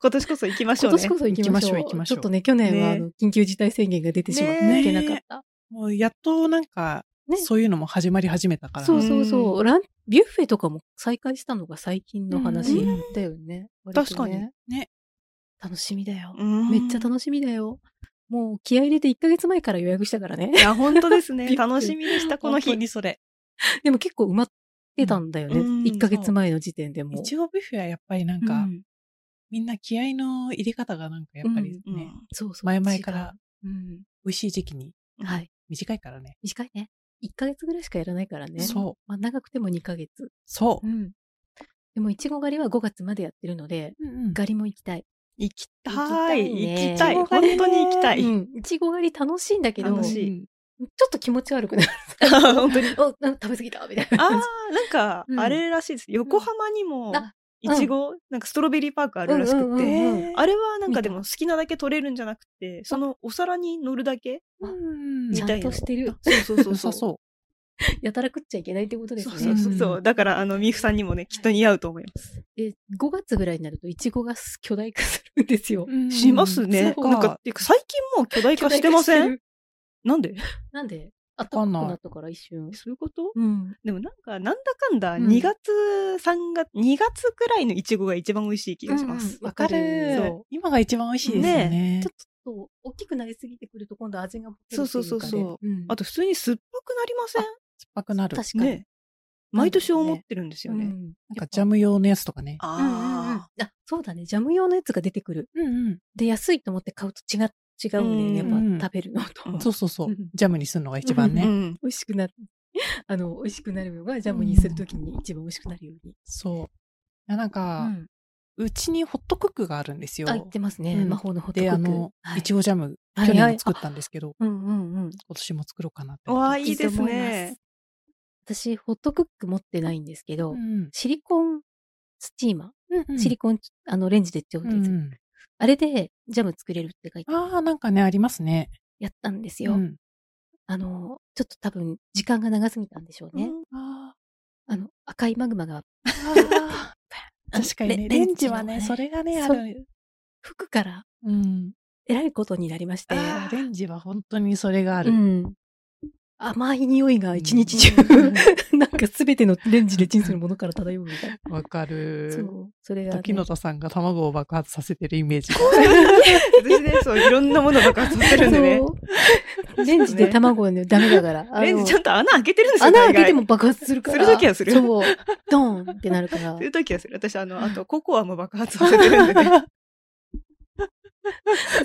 Speaker 3: 今年こそ行きましょ
Speaker 1: 今
Speaker 3: うね。
Speaker 1: 年こそ行きましょう。
Speaker 2: 行きましょう行きましょう
Speaker 1: ちょっとね、去年はあの緊急事態宣言が出てしまって、
Speaker 3: ね
Speaker 1: 行けなかった。
Speaker 2: もう、やっとなんか、
Speaker 1: ね
Speaker 2: そういうのも始まり始めたから。
Speaker 1: そう
Speaker 3: ね
Speaker 1: そうそう。ラン、ビュッフェとかも再開したのが最近の話
Speaker 2: うん
Speaker 1: だよね。割
Speaker 3: 確
Speaker 1: と
Speaker 3: か
Speaker 1: ね
Speaker 3: に。
Speaker 2: ね。
Speaker 1: 楽しみだよ。め
Speaker 3: め
Speaker 1: っちゃ楽しみだよ。もう気合い入れて1ヶ月前から予約したからね <laughs>
Speaker 3: い。や、本当です
Speaker 2: び
Speaker 3: ね。
Speaker 2: っくり
Speaker 3: 楽しみでした、こ
Speaker 2: こ
Speaker 3: の
Speaker 2: の
Speaker 3: 日
Speaker 2: 日。にそれ。
Speaker 1: でも結構埋まってたんだよね。
Speaker 3: うん
Speaker 1: 1ヶ月前の時点でも。
Speaker 2: いちごビュッフェはやっぱりなん
Speaker 1: う
Speaker 2: か、
Speaker 1: ん
Speaker 2: みんな気合の入れ方がなんかやっぱりね、
Speaker 3: うん
Speaker 2: 美
Speaker 1: そうそう。
Speaker 2: 前々から
Speaker 1: 違う。うん。
Speaker 2: 味しい時期に
Speaker 1: はい。
Speaker 2: 短いからね。
Speaker 1: 短いね。1ヶ月ぐらいしかやらないからね。う。
Speaker 2: そう。
Speaker 1: まあ長くても2ヶ月。
Speaker 2: そ
Speaker 1: うん。でも、いちご狩りは5月までやってるので、
Speaker 2: う。うんうん
Speaker 1: 狩りも行きたい。
Speaker 3: 行きたい。行
Speaker 1: 行
Speaker 3: き
Speaker 1: き
Speaker 3: た
Speaker 1: た
Speaker 3: い。
Speaker 1: い
Speaker 3: 本
Speaker 2: ね
Speaker 3: 当に行きたい。
Speaker 1: うん。いちご狩り楽しいんだけど、
Speaker 3: 楽しい
Speaker 1: ちょっと気持ち悪くなる。
Speaker 3: 本当に。
Speaker 1: <laughs> お、なんか食べ過ぎたみたいな
Speaker 3: ああ
Speaker 1: 感じ。、
Speaker 3: なんか、
Speaker 1: うん
Speaker 3: あれらしいです。横浜にも
Speaker 1: あ、
Speaker 3: いちご、なんかストロベリーパークあるらし
Speaker 1: うんうんう
Speaker 3: く
Speaker 1: ん
Speaker 3: て、
Speaker 1: うん
Speaker 2: えー
Speaker 3: あれはなんかでも好きなだけ取れるんじゃなくて、そのお皿に乗るだけ
Speaker 2: うん
Speaker 1: ち
Speaker 3: み
Speaker 1: ゃ
Speaker 3: たいな。
Speaker 1: んとしてる。
Speaker 3: そうそう
Speaker 2: 良
Speaker 3: そ
Speaker 2: さ
Speaker 3: うそう。
Speaker 2: そ
Speaker 1: やたら食っちゃいけないってことです
Speaker 3: そう
Speaker 1: ね。
Speaker 3: そうそうそうう。だから、あの、みふさんにもね、きっと似合うと思います。
Speaker 1: で、5月ぐらいになると、いちごが巨大化するんですよ。
Speaker 2: う。
Speaker 3: しますね。
Speaker 2: そう
Speaker 3: なんか、てか最近もう巨大化してませ
Speaker 1: 巨大化して
Speaker 3: ん
Speaker 1: る
Speaker 3: なんで
Speaker 1: <laughs> なんで、あった
Speaker 2: か
Speaker 1: か
Speaker 2: ん
Speaker 1: く
Speaker 2: ない
Speaker 1: なったから一瞬。
Speaker 3: そういうこと
Speaker 1: うん。
Speaker 3: でもなんか、なんだかんだ、
Speaker 1: うん
Speaker 3: 2月、3月、2月くらいのイチゴが一番美味しい気がしま
Speaker 1: うんうん
Speaker 3: す。
Speaker 2: わかる
Speaker 3: そう。
Speaker 2: 今が一番美味しいですよね
Speaker 1: ちょ。っと、大きくなりすぎてくると、今度味がボケるっていかね。
Speaker 3: そうそうそうそ
Speaker 1: うん。
Speaker 3: あと、普通に酸っぱくなりません
Speaker 2: 酸っぱくなる。
Speaker 1: 確かに。
Speaker 3: ね。毎年思ってるんですよ
Speaker 1: う
Speaker 3: ね。
Speaker 1: ん
Speaker 2: なんかジャム用のやつとかね。
Speaker 3: あ
Speaker 1: うんうんうんあそうだね。ジャム用のやつが出てくる。
Speaker 2: うん
Speaker 1: で、安いと思って買うと違う、違うんだよね。
Speaker 3: う
Speaker 2: ん
Speaker 1: やっぱ食べるのと。。
Speaker 3: うん
Speaker 2: そうそうそううんジャムにするのが一番
Speaker 3: う
Speaker 2: ね。
Speaker 3: ん。
Speaker 1: 美味しくなる。 <laughs> あの、美味しくなるのがジャムにするときに一番美味しくなるように。
Speaker 2: そう。いやなん
Speaker 1: う
Speaker 2: か、
Speaker 1: ん。
Speaker 2: うちにホットクックがあるんですよ
Speaker 1: あ、。言ってますね。
Speaker 2: うん
Speaker 1: 魔法のホットク
Speaker 2: で、あ
Speaker 1: ック。
Speaker 2: の、いち
Speaker 1: 応。
Speaker 2: ごジャム、
Speaker 1: はい
Speaker 2: 去年も作ったんですけど、
Speaker 1: うんうんうん。
Speaker 2: 今年も作ろうかなって。
Speaker 3: わあ、い
Speaker 1: い
Speaker 3: い
Speaker 1: い
Speaker 3: で
Speaker 1: と
Speaker 3: す
Speaker 1: 思います
Speaker 3: ね。
Speaker 1: 私、ホットクック持ってないんですけど、
Speaker 2: うん
Speaker 1: シリコンスチーマ
Speaker 2: うん
Speaker 1: ー、シリコン、あの、レンジで調
Speaker 2: う
Speaker 1: 理する。
Speaker 2: ん
Speaker 1: あれでジャム作れるって書いて
Speaker 2: ああ、なんかね、ありますね。
Speaker 1: やったんです
Speaker 2: う
Speaker 1: よ。
Speaker 2: ん。
Speaker 1: あの、ちょっと多分、時間が長すぎたんでしょうね。
Speaker 3: うん
Speaker 2: あ
Speaker 1: あの、赤いマグマが
Speaker 2: あ。 <laughs> 確かにね、
Speaker 1: レ
Speaker 2: レンジは
Speaker 1: レン
Speaker 2: ね、
Speaker 1: ジ
Speaker 2: そ
Speaker 1: の
Speaker 2: れがね、あ
Speaker 1: そう
Speaker 2: る。
Speaker 1: 服から
Speaker 2: うん。
Speaker 1: えらいことになりまして、
Speaker 2: あーレンジは本当にそれがあ
Speaker 1: う
Speaker 2: る。
Speaker 1: ん、甘い匂いが一日中、 <laughs> なんかすべてのレンジで人生のものから漂うみたいな。
Speaker 2: わか
Speaker 1: そ
Speaker 2: る。
Speaker 1: う、それが、ね。
Speaker 2: 時野田さんが卵を爆発させてるイメージ。 <laughs>
Speaker 3: 私ね、そう、いろんなもの爆発させるんでね。
Speaker 1: そうレンジで卵はね、ダメだから。あの
Speaker 3: レンジちゃんと穴開けてるんですよ、
Speaker 1: 穴開け
Speaker 3: 大
Speaker 1: て
Speaker 3: 概
Speaker 1: も。爆発するから。
Speaker 3: する時はする
Speaker 1: そう。ドーンってなるから
Speaker 3: そうい。う時はする。私、あの、あと、ココアも爆発させてるんでね。
Speaker 1: <laughs>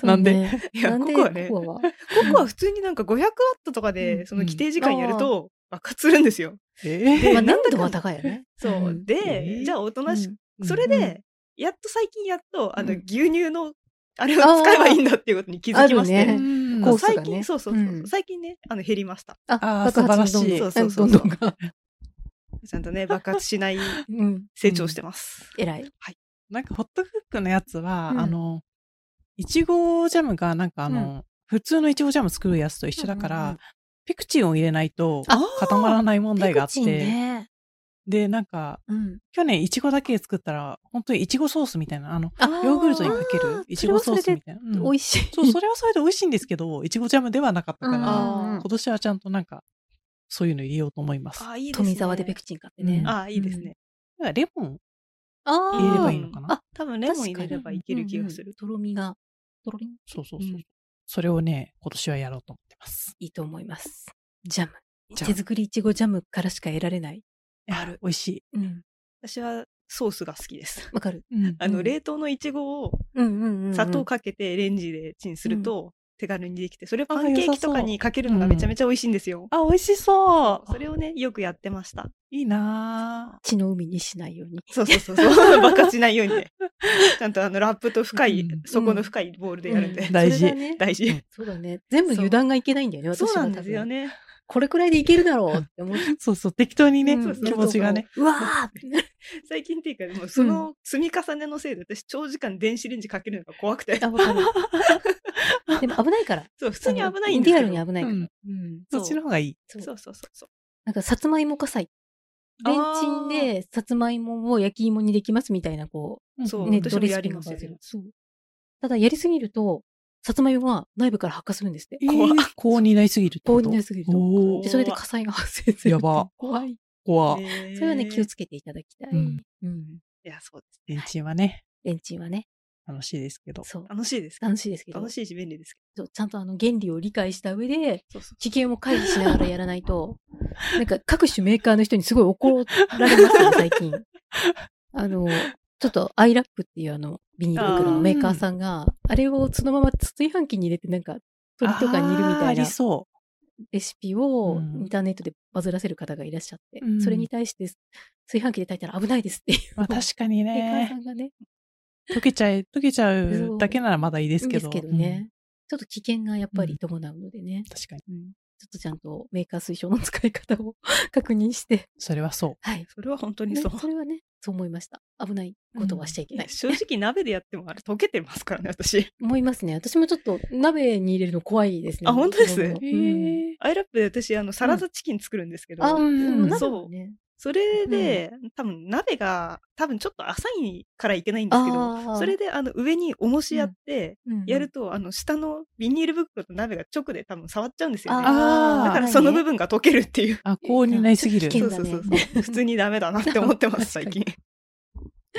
Speaker 2: なんで
Speaker 1: そうね
Speaker 3: いや
Speaker 1: なんで
Speaker 3: ココアね
Speaker 1: ココアは
Speaker 3: ココア普通になんか500ワットとか
Speaker 2: う
Speaker 3: で、
Speaker 2: ん
Speaker 3: その規定時間やると爆発するんですよ。
Speaker 2: え
Speaker 1: まあ、
Speaker 3: なんだ
Speaker 1: 難
Speaker 3: か
Speaker 1: 度は高いよね。
Speaker 3: そう。
Speaker 1: ん
Speaker 3: で、じゃあ、おとなしく
Speaker 2: ー
Speaker 3: それ
Speaker 1: う
Speaker 3: で、やっと最近やっと、あの、牛乳の、あれを
Speaker 1: あー
Speaker 3: 使えばいいんだっていうことに気づきまし
Speaker 1: あるね
Speaker 2: う
Speaker 3: て。
Speaker 2: ん
Speaker 1: こ酵う素
Speaker 3: 最
Speaker 1: が
Speaker 3: 近、
Speaker 1: ね
Speaker 3: そうそうそうそう
Speaker 1: うん
Speaker 3: 最近ね、あの、減りました。
Speaker 1: あ
Speaker 2: あー
Speaker 1: 爆発の
Speaker 2: 素晴
Speaker 1: どんど
Speaker 2: らしい
Speaker 1: ん
Speaker 3: そうそうそう
Speaker 1: どんどんが。
Speaker 3: ちゃんと <laughs> ね、爆発しない
Speaker 1: うん。
Speaker 3: 成長してます。
Speaker 1: 偉い。
Speaker 2: なんかホットクックのやつは、
Speaker 1: うん
Speaker 2: あの、いちごジャムがなんかあの、普通のいちごジャム作るやつと一緒だから、
Speaker 1: うんうんうん
Speaker 2: ペクチンを入れないと
Speaker 1: あ
Speaker 2: 固まらない問題があ
Speaker 1: ペ
Speaker 2: っ
Speaker 1: ク
Speaker 2: て、
Speaker 1: チンね。
Speaker 2: で、なんか、
Speaker 1: うん。
Speaker 2: 去年いちごだけ作ったら、本当にいちごソースみたいな、あの、
Speaker 1: あ
Speaker 2: ヨーグルトにかけるいちごソースみたいな。うん
Speaker 1: 美味しい。
Speaker 2: そう、それはそれで美味しいんですけど、いちごジャムではなかったから、
Speaker 1: うん
Speaker 3: あ
Speaker 2: 今年はちゃんとなんか、そういうの入れようと思います。
Speaker 3: あー、いいですね。
Speaker 1: 富澤でペクチン買ってね。
Speaker 2: うん
Speaker 3: ああ、いいですね。
Speaker 2: ではレモン
Speaker 1: あー
Speaker 2: 入れればいいのかな
Speaker 1: あ、
Speaker 3: 多分レモン入れればいける気がする。
Speaker 1: 確かにうんうんとろみが、とろりん
Speaker 2: そうそうそう。
Speaker 1: うん
Speaker 2: それをね、今年はやろうと思ってます。
Speaker 1: いいと思います。ジャム。
Speaker 2: ジャム
Speaker 1: 手作りいちごジャムからしか得られない。
Speaker 2: ある。美味しい。
Speaker 1: うん。
Speaker 3: 私はソースが好きです。
Speaker 1: わかる。
Speaker 3: あ
Speaker 1: うん
Speaker 3: の、冷凍のいちごを
Speaker 1: うんうん
Speaker 3: 砂糖かけてレンジでチンすると手軽にできて、それをパンケーキとかにかけるのがめちゃめちゃ美味しいんですよ。
Speaker 2: あ、美味しそ
Speaker 3: それをね、よくやってました。
Speaker 2: いいな
Speaker 1: 血の海にしないように。
Speaker 3: そうそうそう
Speaker 1: <laughs>
Speaker 3: そう。爆発しないようにね。ちゃんとあの、ラップと深い、
Speaker 2: うん
Speaker 3: 底の深いボールでやるんで。
Speaker 1: うん
Speaker 2: 大事
Speaker 1: それがね
Speaker 3: 大事。
Speaker 1: そうだね。全部油断がいけないんだよね、私
Speaker 3: そう
Speaker 1: は多
Speaker 3: な
Speaker 1: 分。
Speaker 3: んですよね。
Speaker 1: これくらいでいけるだろうって思っ
Speaker 3: <laughs>
Speaker 2: ぁ。そうそう、適当にね、
Speaker 1: うん
Speaker 2: 気持ちがね。
Speaker 1: うわー
Speaker 3: 最近っていうか、でもその積み重ねのせいで私長時間電子レンジかけるのが怖くて。
Speaker 1: あ、わかる。でも危ないから。
Speaker 3: <laughs> そう、普通に危ないんです
Speaker 1: リア
Speaker 3: けど
Speaker 1: ルに危ないから。
Speaker 2: うん
Speaker 1: うん
Speaker 2: そっちの方がいい。
Speaker 1: そう
Speaker 3: そうそうそうそう。
Speaker 1: なんか、さつまいも火災。レンチンで、さつまいもを焼き芋にできますみたいな、こ、
Speaker 3: そうう
Speaker 1: ね、
Speaker 3: 私
Speaker 1: ド
Speaker 3: も
Speaker 1: レ
Speaker 3: や
Speaker 1: シピ
Speaker 3: り
Speaker 1: の
Speaker 3: ます
Speaker 1: バ
Speaker 3: よ
Speaker 1: ージョン。そう。ただ、やりすぎると、さつまいもは内部から発火するんですって
Speaker 2: え。ー、高温になりすぎるって
Speaker 1: 棒
Speaker 2: こ
Speaker 1: に
Speaker 2: と
Speaker 1: なりすぎると。
Speaker 2: お
Speaker 3: お
Speaker 2: ー
Speaker 3: ー
Speaker 1: でそれで火災が発生する。
Speaker 2: やば。
Speaker 1: 怖い。
Speaker 2: 怖っ
Speaker 1: それはね、気を
Speaker 3: け
Speaker 1: つけていただきたい。
Speaker 2: うん
Speaker 1: うん。
Speaker 3: いや、そうです。
Speaker 2: レンチンはね、
Speaker 1: レンチンはね。
Speaker 2: 楽しいですけど。
Speaker 1: そう。
Speaker 3: 楽しいですけど。
Speaker 1: 楽しいですけど
Speaker 3: 楽、しいし便利ですけ
Speaker 1: そうちゃんとあの原理を理解した上で、
Speaker 3: ど。そうそう。
Speaker 1: 危険を回避しながらやらないと、なんか各種メーカーの人にすごい怒られます
Speaker 2: <laughs>
Speaker 1: よ、最近。あの、ちょっとアイラップっていうあの、ビニール袋のメーカーさんが、あれをそのまま炊飯器に入れてなんか、鳥とか煮るみ
Speaker 2: あ
Speaker 1: た
Speaker 2: ーあ
Speaker 1: いな
Speaker 2: りそ
Speaker 1: レシピを
Speaker 2: うん
Speaker 1: インターネットでバズらせる方がいらっしゃって、
Speaker 2: うん
Speaker 1: それに対して炊飯器で炊いたら危ないですっていう
Speaker 2: う。まあ確かに
Speaker 1: メーカーさ
Speaker 2: ね、
Speaker 1: んがね、
Speaker 2: 溶けちゃう、溶けちゃうだけならまだいいです
Speaker 1: いいん
Speaker 2: け
Speaker 1: で
Speaker 2: ど。
Speaker 1: すけどね、ちょっと危険がやっぱり伴うのでね
Speaker 2: うん。、確かに。
Speaker 1: うんちょっとちゃんとメーカー推奨の使い方を <laughs> 確認して、
Speaker 2: それはそう。
Speaker 1: はい。
Speaker 3: それは本当に
Speaker 1: ね
Speaker 3: そう。
Speaker 1: それはね、そう思いました。危ないことはしちゃいけない。
Speaker 3: 正直鍋でやってもあれ溶けてますからね、私。
Speaker 1: 思いますね。私もちょっと鍋に入れるの怖いですね。
Speaker 3: あ本当です
Speaker 1: 子供のうん
Speaker 2: へー
Speaker 3: アイラップで私、あの、サラダチキン作るんですけど。
Speaker 1: あ、うんん、鍋もね。
Speaker 3: それで、多分鍋が多分ちょっと浅いからいけないんですけど
Speaker 1: あー
Speaker 3: それであの上に重しやって、
Speaker 1: うん
Speaker 3: やると、あの下のビニール袋と鍋が直で多分触っちゃうんですよね
Speaker 1: あ
Speaker 2: ー
Speaker 3: だからその部
Speaker 1: 分
Speaker 3: 分が溶けるっていう、
Speaker 2: あ、高温になりすぎる
Speaker 1: 危。
Speaker 3: そ
Speaker 1: 険
Speaker 3: う
Speaker 1: だ
Speaker 3: そう
Speaker 1: ね
Speaker 3: そうそう普通にダメだなって思ってま
Speaker 1: 確
Speaker 3: す最
Speaker 1: かに
Speaker 3: 近
Speaker 2: ホ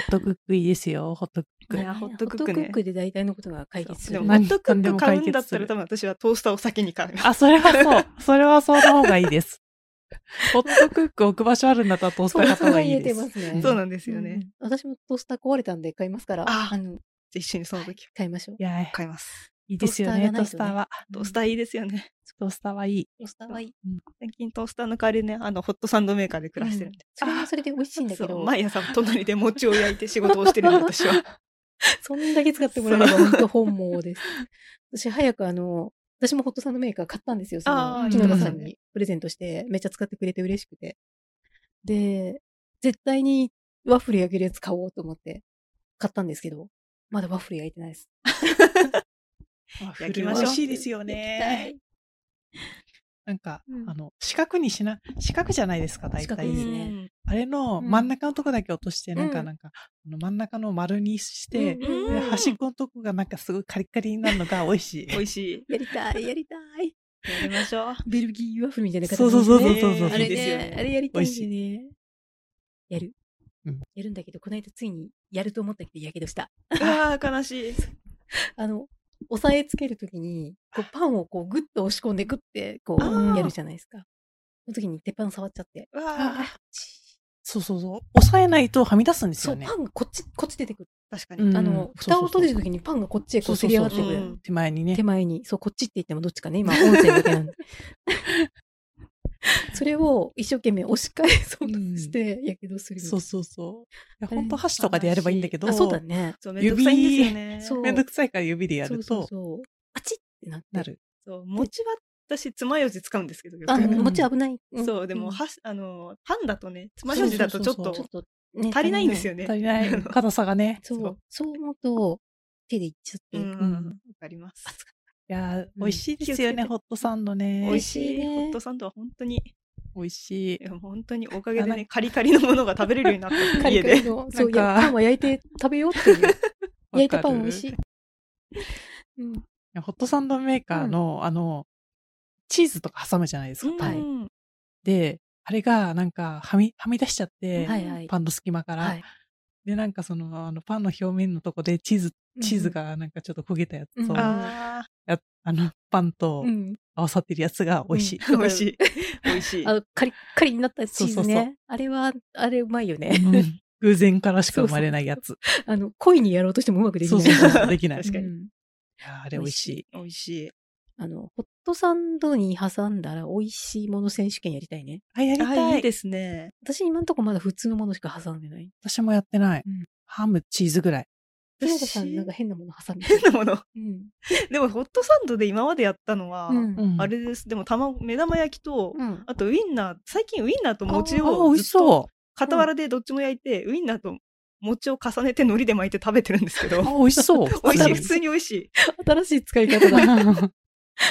Speaker 2: ットクックいいですよ、ホットクック。
Speaker 3: いやホットクックね
Speaker 1: ホットクックで大体のことが解決す
Speaker 3: で
Speaker 1: る。
Speaker 3: も
Speaker 2: な
Speaker 3: ホ
Speaker 2: ん
Speaker 3: ットクック買うんだ
Speaker 2: 何でも解
Speaker 3: った
Speaker 2: 決す
Speaker 3: ら
Speaker 2: る
Speaker 3: 多分私はトースターを先に買う
Speaker 2: あ、それは <laughs> そう。それはその方がいいです。ホットクック置く場所あるんだったらトースター買った方がいいで
Speaker 1: トー
Speaker 2: す
Speaker 1: ス。ターが入れてますね
Speaker 3: そうなんですよね、
Speaker 1: うん
Speaker 3: じゃ
Speaker 1: うん私もトースター壊れたんで買いますから、
Speaker 3: あ
Speaker 1: の、
Speaker 3: あ一緒にその時
Speaker 1: 買いましょう。
Speaker 2: いや、い
Speaker 3: 買います
Speaker 2: いですよね、トースターは。
Speaker 3: トースターいいですよね
Speaker 2: トースターはいい。
Speaker 1: トースターはいい。
Speaker 3: 最近トースターの代わりねあのホットサンドメーカーで暮らしてるんで、
Speaker 1: それもそれで美味しいんだけ
Speaker 3: そ
Speaker 1: ど
Speaker 3: う、毎朝隣で餅を焼いて仕事をしてるの私は
Speaker 1: そんだけ使ってもらえれば本当本望です。私早くあの、私もホットサンドメーカー買ったんですよ。そ
Speaker 3: あ
Speaker 1: の、
Speaker 2: ー
Speaker 1: 木野
Speaker 2: う
Speaker 1: 田
Speaker 2: ん
Speaker 1: さんにプレゼントして、めっちゃ使ってくれて嬉しくて。で、絶対にワッフル焼けるやつ買おうと思って買ったんですけど、まだワッフル焼いてないです。
Speaker 3: 焼きましょう
Speaker 2: 美味しいですよね。なんか、あの、四角にしな、四角じゃないですか、大
Speaker 1: 四角
Speaker 2: 体。
Speaker 1: いいですね
Speaker 3: うん
Speaker 2: あれの真ん中のとこだけ落として、なんか、なんか、あの真ん中の丸にして、
Speaker 1: うんうんうん
Speaker 2: で端っこのとこがなんかすごいカリカリになるの <laughs> が美味しい。
Speaker 3: 美味しい。
Speaker 1: やりたい、やりたい。
Speaker 3: やりましょう。
Speaker 1: ベルギーワッフルみたいな形
Speaker 2: そうそうそうそうそう
Speaker 3: ね
Speaker 2: そう。
Speaker 1: あれ
Speaker 3: いいですよ
Speaker 1: ね
Speaker 3: ね、
Speaker 1: あれやりたいんだよね。やる、
Speaker 2: うん
Speaker 1: やるんだけど、この間ついにやると思ったけど、やけどした。
Speaker 3: ああ、悲しい。
Speaker 1: あの、押さえつけるときに、こうパンをこうグッと押し込んでグッてこ
Speaker 3: あ
Speaker 1: う
Speaker 3: ー
Speaker 1: やるじゃないですか。その時に鉄板触っちゃって。
Speaker 3: わ
Speaker 2: あ
Speaker 3: あ、
Speaker 2: そうそうそう。押さえないとはみ出すんです
Speaker 1: そ
Speaker 2: よ
Speaker 1: う、
Speaker 2: ね
Speaker 1: パ。ンがこっち、こっち出てくる。
Speaker 3: 確か
Speaker 2: う
Speaker 3: に。
Speaker 2: ん
Speaker 1: あの、
Speaker 2: そうそうそう
Speaker 1: 蓋を閉じるときにパンがこっちへこうせり上がってく
Speaker 3: そうそうそう
Speaker 1: る。
Speaker 3: うん
Speaker 2: 手前にね
Speaker 1: 手。前に、そう、こっちって言ってもどっちかね、今、音声だけ
Speaker 2: <laughs>
Speaker 1: なんで。それを一生懸命押し返そうとして、やけどするみたいな。
Speaker 2: そうそうそう。いや本当箸とかでやればいいんだけど
Speaker 1: あ、、そうだね。
Speaker 3: そう、めんどくさいんですよね。
Speaker 1: そう
Speaker 2: めんどくさいから指でやる
Speaker 1: そうそう
Speaker 2: と
Speaker 1: そう。あちってなって。
Speaker 2: な。る。
Speaker 3: そう餅は私、つまようじ使うんですけど、よく
Speaker 1: あ、
Speaker 2: うん
Speaker 1: もちろん危ない。ん
Speaker 3: そう、でも、
Speaker 1: ん
Speaker 3: はし、あの、パンだとね、つまようじだとちょっ
Speaker 2: そうそう
Speaker 1: ちょっ
Speaker 3: と
Speaker 1: と、ね
Speaker 3: 足りないんですよね。
Speaker 2: 足りない硬さがね。
Speaker 1: そ
Speaker 3: そうう、
Speaker 1: そう思うと、手でいっちゃって。
Speaker 3: うん
Speaker 2: う
Speaker 3: うんん、わかります。
Speaker 2: いやー、美味しいですよね、
Speaker 3: 気をつけて
Speaker 2: ホットサンドね。
Speaker 3: 美味し
Speaker 1: 美味しい
Speaker 3: い。
Speaker 1: ね
Speaker 3: ホットサンドは本当に、い
Speaker 2: 美味しい。
Speaker 3: やもう本当におかげ
Speaker 2: あ
Speaker 3: で
Speaker 2: なん
Speaker 3: ね、カリカリのものが食べれるように
Speaker 1: <laughs>
Speaker 3: なった、家で。
Speaker 1: の、そう、い
Speaker 2: な
Speaker 1: や
Speaker 2: んか
Speaker 1: パンは焼いて食べようってい
Speaker 2: <laughs>
Speaker 1: う。焼いたパン美味し
Speaker 2: わ
Speaker 1: い
Speaker 2: <laughs> かる。
Speaker 1: うん。
Speaker 2: いやホットサンドメーカーの、あの、チーズとか挟むじゃないですか、
Speaker 3: うん
Speaker 2: パン。
Speaker 1: はい
Speaker 2: で、あれがなんかはみ、はみ出しちゃって、
Speaker 1: はいはい。
Speaker 2: パンの隙間から、
Speaker 1: はい。
Speaker 2: で、なんかその、あの、パンの表面のとこでチーズ、チーズがなんかちょっと焦げたやつと、
Speaker 1: うん
Speaker 2: あ
Speaker 3: あ
Speaker 2: あの、パンと
Speaker 1: うん。
Speaker 2: 合わさってるやつが美味しい。
Speaker 3: <laughs>
Speaker 2: <laughs>
Speaker 3: あ、美味しい。美味 <laughs> しい。
Speaker 1: あの、カリッカリになったチーズね。
Speaker 2: そうそうそう
Speaker 1: あれは、あれうまいよね。
Speaker 2: うん偶然からしか生まれないやつ。
Speaker 1: <laughs> あの、恋にやろうとしてもうまくでき
Speaker 2: そう
Speaker 1: ない。
Speaker 2: そうそう、できない。
Speaker 3: 確かに
Speaker 1: うん
Speaker 2: いやーあれ美味しい。
Speaker 3: 美味しい。
Speaker 1: あの、ホットサンドに挟んだら美味しいもの選手権やりたいね。
Speaker 2: あ、やり
Speaker 3: あ、
Speaker 2: た
Speaker 3: いい
Speaker 2: い。
Speaker 3: ですね。
Speaker 1: 私今んとこまだ普通のものしか挟んでない。
Speaker 2: 私もやってない
Speaker 1: うん。
Speaker 2: ハム、チーズぐらい。
Speaker 1: ピラダさんなんか変なもの挟んでる
Speaker 3: 変なもの。
Speaker 1: うん。
Speaker 3: でも、ホットサンドで今までやったのは、
Speaker 1: うん。
Speaker 2: うん
Speaker 3: あれです。でも、卵、目玉焼きと、
Speaker 1: うん。
Speaker 3: あとウインナー、最近ウインナーと餅
Speaker 2: あー、
Speaker 3: を
Speaker 2: 美味
Speaker 3: ずっ
Speaker 2: し
Speaker 3: と、
Speaker 2: そう。
Speaker 3: 傍らでどっちも焼いて、ウインナーと餅を重ねて海苔で巻いて食べてるんですけど <laughs>
Speaker 2: あ、、美味しそう。
Speaker 3: 美味しい。普
Speaker 2: 普通
Speaker 3: 通
Speaker 2: に
Speaker 3: に美味しい。
Speaker 1: 新しい使い方だ。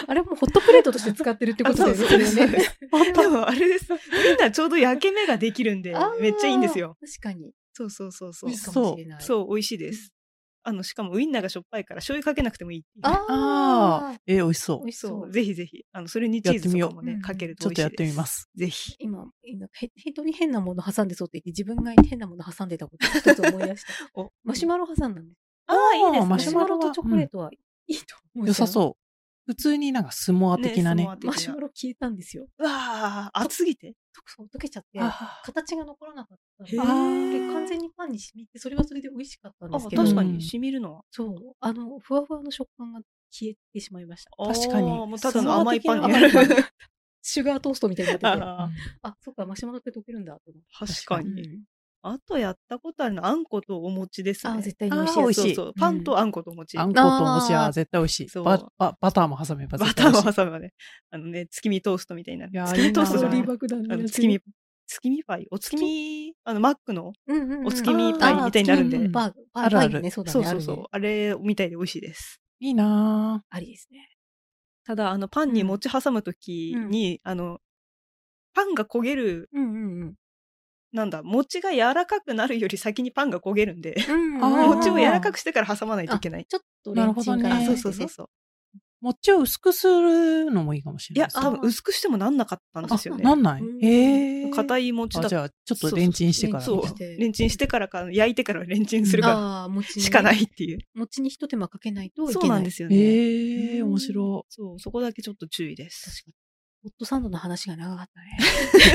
Speaker 1: あれもうホットプレートとして使ってるってことだよね。
Speaker 3: あそうそう
Speaker 1: <laughs>
Speaker 3: そう
Speaker 1: これね
Speaker 3: でもあれです。みんなちょうど焼け目ができるんで
Speaker 1: あ、ー
Speaker 3: めっちゃいいんですよ。
Speaker 1: 確かに。
Speaker 3: そうそうそうそう
Speaker 1: いい。かもしれない。う。
Speaker 3: そう、美味しいです。あの、しかもウインナーがしょっぱいから醤油かけなくてもいいっていうね。
Speaker 1: ああ。
Speaker 2: え、美味しそ
Speaker 1: 美
Speaker 2: う。
Speaker 1: 味しそ
Speaker 3: そうう、。ぜひぜひ。あの、それにチーズとかも
Speaker 1: やってみようう
Speaker 3: ね
Speaker 1: ん、
Speaker 3: かける
Speaker 2: ち
Speaker 3: と
Speaker 2: ょっと
Speaker 3: 美
Speaker 2: やっ
Speaker 3: 味しい
Speaker 2: て
Speaker 3: で
Speaker 2: み
Speaker 3: す。
Speaker 2: ます。
Speaker 3: ぜひ。
Speaker 1: 今、なんかへ人に変なもの挟んでそうって言って、自分が変なもの挟んでたこと一つ思い出した。
Speaker 3: お
Speaker 1: マシュマロ挟んだんです。
Speaker 3: ああ、いいですね。
Speaker 2: マ
Speaker 1: マ
Speaker 2: シ
Speaker 1: シ
Speaker 2: ュ
Speaker 1: ュ
Speaker 2: マ
Speaker 1: マ
Speaker 2: ロ
Speaker 1: ロ
Speaker 2: は
Speaker 1: とチョコレートはいいと思う。
Speaker 2: 良さそう。普通になんかスモア的なね。
Speaker 3: ねスモア的
Speaker 1: マシュマロ消えたんですよ。
Speaker 3: うわあ、熱すぎて。
Speaker 1: そう溶けちゃって、
Speaker 2: あー
Speaker 1: 形が残らなかったので
Speaker 3: へー
Speaker 1: 完全にパンに染みて、それはそれで美味しかったん
Speaker 3: あ、
Speaker 1: です
Speaker 3: 確
Speaker 1: けど、
Speaker 3: か
Speaker 2: うん
Speaker 3: に、染みるのは。
Speaker 1: そう、あの、ふわふわの食感が消えてしまいました。
Speaker 2: 確かに
Speaker 3: あーもうただの甘いパンに
Speaker 1: スモ
Speaker 3: な
Speaker 1: ア
Speaker 3: る
Speaker 1: 的。な甘いパン <laughs> シュガートーストみたいになってて、あ
Speaker 3: あー
Speaker 1: そっか、マシュマロって溶けるんだと思って。
Speaker 3: <laughs> 確か
Speaker 1: う
Speaker 3: に。
Speaker 1: ん
Speaker 3: あとやったことあるの、あんことお餅です
Speaker 1: あー、
Speaker 3: ね。
Speaker 1: 絶対に美味しい
Speaker 2: あー
Speaker 1: や
Speaker 2: 美
Speaker 1: つ。
Speaker 2: 味しい
Speaker 3: そうそうパンとあんことお餅。
Speaker 2: あん
Speaker 3: バ
Speaker 2: ことお餅は絶対美味しい
Speaker 3: そ。う
Speaker 2: バババターも挟めば絶
Speaker 3: タ
Speaker 2: 対美味しい。
Speaker 3: ーを挟めばね、あのね、月見トーストみたいになる
Speaker 2: いや。ー
Speaker 3: 月見トーストじ
Speaker 2: い
Speaker 3: ゃ
Speaker 2: い
Speaker 3: な
Speaker 1: 料
Speaker 2: なー
Speaker 3: い
Speaker 1: 理爆弾の
Speaker 3: あ
Speaker 1: や
Speaker 3: の
Speaker 1: つ
Speaker 3: 月見、月見パイお月見、あの、マックの
Speaker 1: うんうんうん
Speaker 3: お月
Speaker 2: 見
Speaker 3: パイみたいになるんで
Speaker 1: あー月見パイパイ
Speaker 2: あるある
Speaker 1: パイね、そうだ
Speaker 3: そ
Speaker 1: ね、
Speaker 3: うそう
Speaker 1: あ
Speaker 3: そ
Speaker 1: る
Speaker 3: う
Speaker 1: ね。
Speaker 3: あれみたいで美味しいです。
Speaker 2: いいな
Speaker 1: ありですね。
Speaker 3: ただ、あの、パンに餅挟むときに、あの、パンが焦げる、
Speaker 1: うんうんうん。
Speaker 3: なんだ、餅が柔らかくなるより先にパンが焦げるんで、
Speaker 1: うん
Speaker 2: あー
Speaker 3: <laughs> 餅を柔ら
Speaker 1: く
Speaker 3: かくしてから挟まないといけない。
Speaker 1: ちょっとレンチンか
Speaker 2: なるほど
Speaker 1: ら
Speaker 2: ね
Speaker 3: あ
Speaker 1: やっ
Speaker 3: そう
Speaker 1: て
Speaker 3: そうそ
Speaker 1: ね
Speaker 3: う。そう。
Speaker 2: 餅を薄くするのもいいかもし
Speaker 3: い
Speaker 2: れない、
Speaker 3: や
Speaker 2: ですね。
Speaker 3: 多分薄くしてもなんなかったんですよ
Speaker 1: あ
Speaker 3: ね。
Speaker 2: なんない
Speaker 1: うん
Speaker 2: へえ。
Speaker 3: 硬い餅
Speaker 2: あ
Speaker 3: だ
Speaker 2: じ
Speaker 3: と。
Speaker 2: ゃあ、ちょっとレンチンしてから。
Speaker 1: そう
Speaker 3: そ
Speaker 1: そう
Speaker 3: う。レンチンしてからか、焼いてからレンチンするか
Speaker 1: ああ、餅
Speaker 3: ら
Speaker 1: にね
Speaker 3: しかないっていう。
Speaker 1: 餅に一手間かけないとい
Speaker 3: そ
Speaker 1: け
Speaker 3: う
Speaker 1: な。
Speaker 3: ないんですよね。
Speaker 2: へえ、面白
Speaker 3: そう、そこだけちょっと注意です。
Speaker 1: 確かに。ホットサンドの話が長かったね。
Speaker 3: <laughs>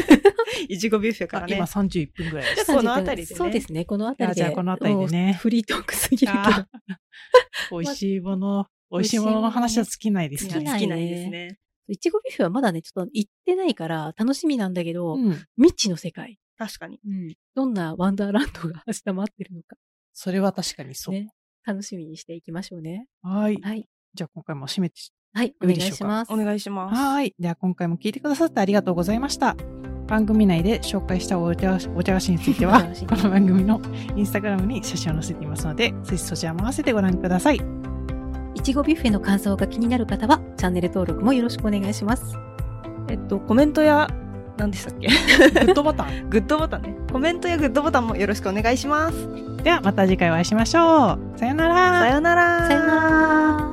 Speaker 3: いちごビュッフェ
Speaker 2: い。
Speaker 3: か
Speaker 2: あ
Speaker 3: らね。
Speaker 2: 今31分ぐらいです。
Speaker 3: じゃあこの辺りでね
Speaker 1: そうですね、この辺りで。
Speaker 2: じゃあこの辺りでね
Speaker 1: もうフリートークすぎる
Speaker 2: <laughs> あー美味しいもの、美味しいものの話は尽きないです
Speaker 1: 好き
Speaker 2: ね。
Speaker 1: な
Speaker 3: 好
Speaker 1: いね
Speaker 3: きないですね。
Speaker 1: けど。いちごビュッフェはまだね、ちょっと行ってないから楽しみなんだけど、
Speaker 2: うん。
Speaker 1: 未知の世界。
Speaker 3: 確かに。
Speaker 1: うん。どんなワンダーランドが <laughs> 明日待ってるのか、
Speaker 2: それは確かにそう。
Speaker 1: ね。楽しみにしていきましょうね。
Speaker 2: はい。
Speaker 1: はい。
Speaker 2: じゃあ今回も締めて。
Speaker 1: はい、お
Speaker 2: よい
Speaker 1: 願い
Speaker 2: でし
Speaker 1: し
Speaker 2: ょうか
Speaker 1: ます。
Speaker 3: お願いします。
Speaker 2: はい。では今回も聞いてくださってありがとうございました。番組内で紹介したお茶お茶菓子について
Speaker 1: <laughs> お
Speaker 2: は
Speaker 1: 茶菓子、
Speaker 2: この番組のインスタグラムに写真を載せていますので、ぜひそちらも合わせてご覧ください。
Speaker 1: いちごビュッフェの感想が気になる方は、チャンネル登録もよろしくお願いします。
Speaker 3: えっと、コメントや、何でしたっけ <laughs>
Speaker 2: グッドボタン。
Speaker 3: グッドボタンね。コメントやグッドボタンもよろしくお願いします。
Speaker 2: ではまた次回お会いしましょう。さよなら。
Speaker 3: さよなら。
Speaker 1: さよなら。